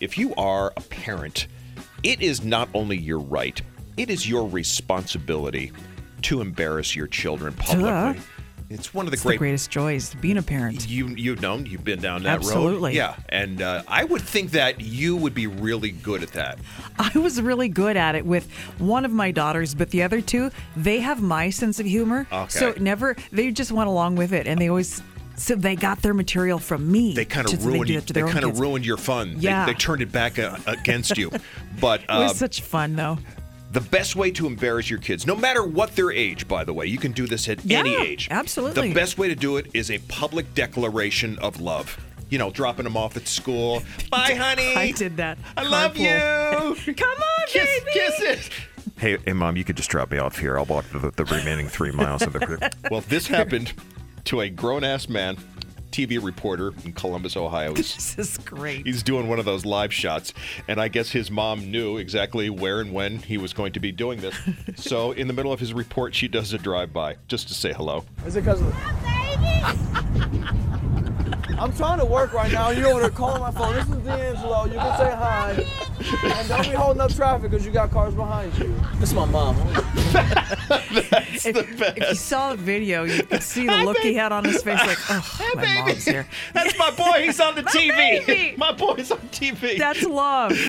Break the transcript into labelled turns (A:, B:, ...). A: If you are a parent, it is not only your right, it is your responsibility to embarrass your children publicly.
B: Duh.
A: It's one of the
B: It's
A: great.
B: the greatest joys being a parent.
A: you you've known you've been down that road,
B: Absolutely.
A: yeah, and uh, I would think that you would be really good at that.
B: I was really good at it with one of my daughters, but the other two, they have my sense of humor.
A: Okay.
B: So it never, they just went along with it, and they always, so they got their material from me.
A: They kind
B: to-
A: of
B: so
A: ruined you-
B: They, do it to their
A: they
B: own
A: kind of
B: kids.
A: ruined your fun. They-
B: Yeah.
A: They, turned it back uh, against you. But
B: It was
A: um,
B: such fun though.
A: The best way to embarrass your kids, no matter what their age, by the way, you can do this at
B: Yeah,
A: any age.
B: absolutely.
A: The best way to do it is a public declaration of love. You know, dropping them off at school. Bye, honey.
B: I did that.
A: I love
B: Carpool.
A: you.
B: Come on,
A: Kiss,
B: baby.
A: kisses.
C: Hey, hey, mom, you could just drop me off here. I'll walk the, the remaining three miles of the group.
A: Well, this happened to a grown ass man, TV reporter in Columbus, Ohio. He's
B: This is great.
A: he's doing one of those live shots and i guess his mom knew exactly where and when he was going to be doing this so in the middle of his report she does a drive-by just to say hello
D: Is it because of I'm trying to work right now. You're over there calling my phone. This is D'Angelo. You can say hi. And don't be holding up traffic because you got cars behind you. This is my mom.
B: If, if you saw the video, you could see the look he had on his face, like, oh, my mom's here.
A: that's my boy he's on the
B: My baby!
A: my boy's on tv
B: That's love.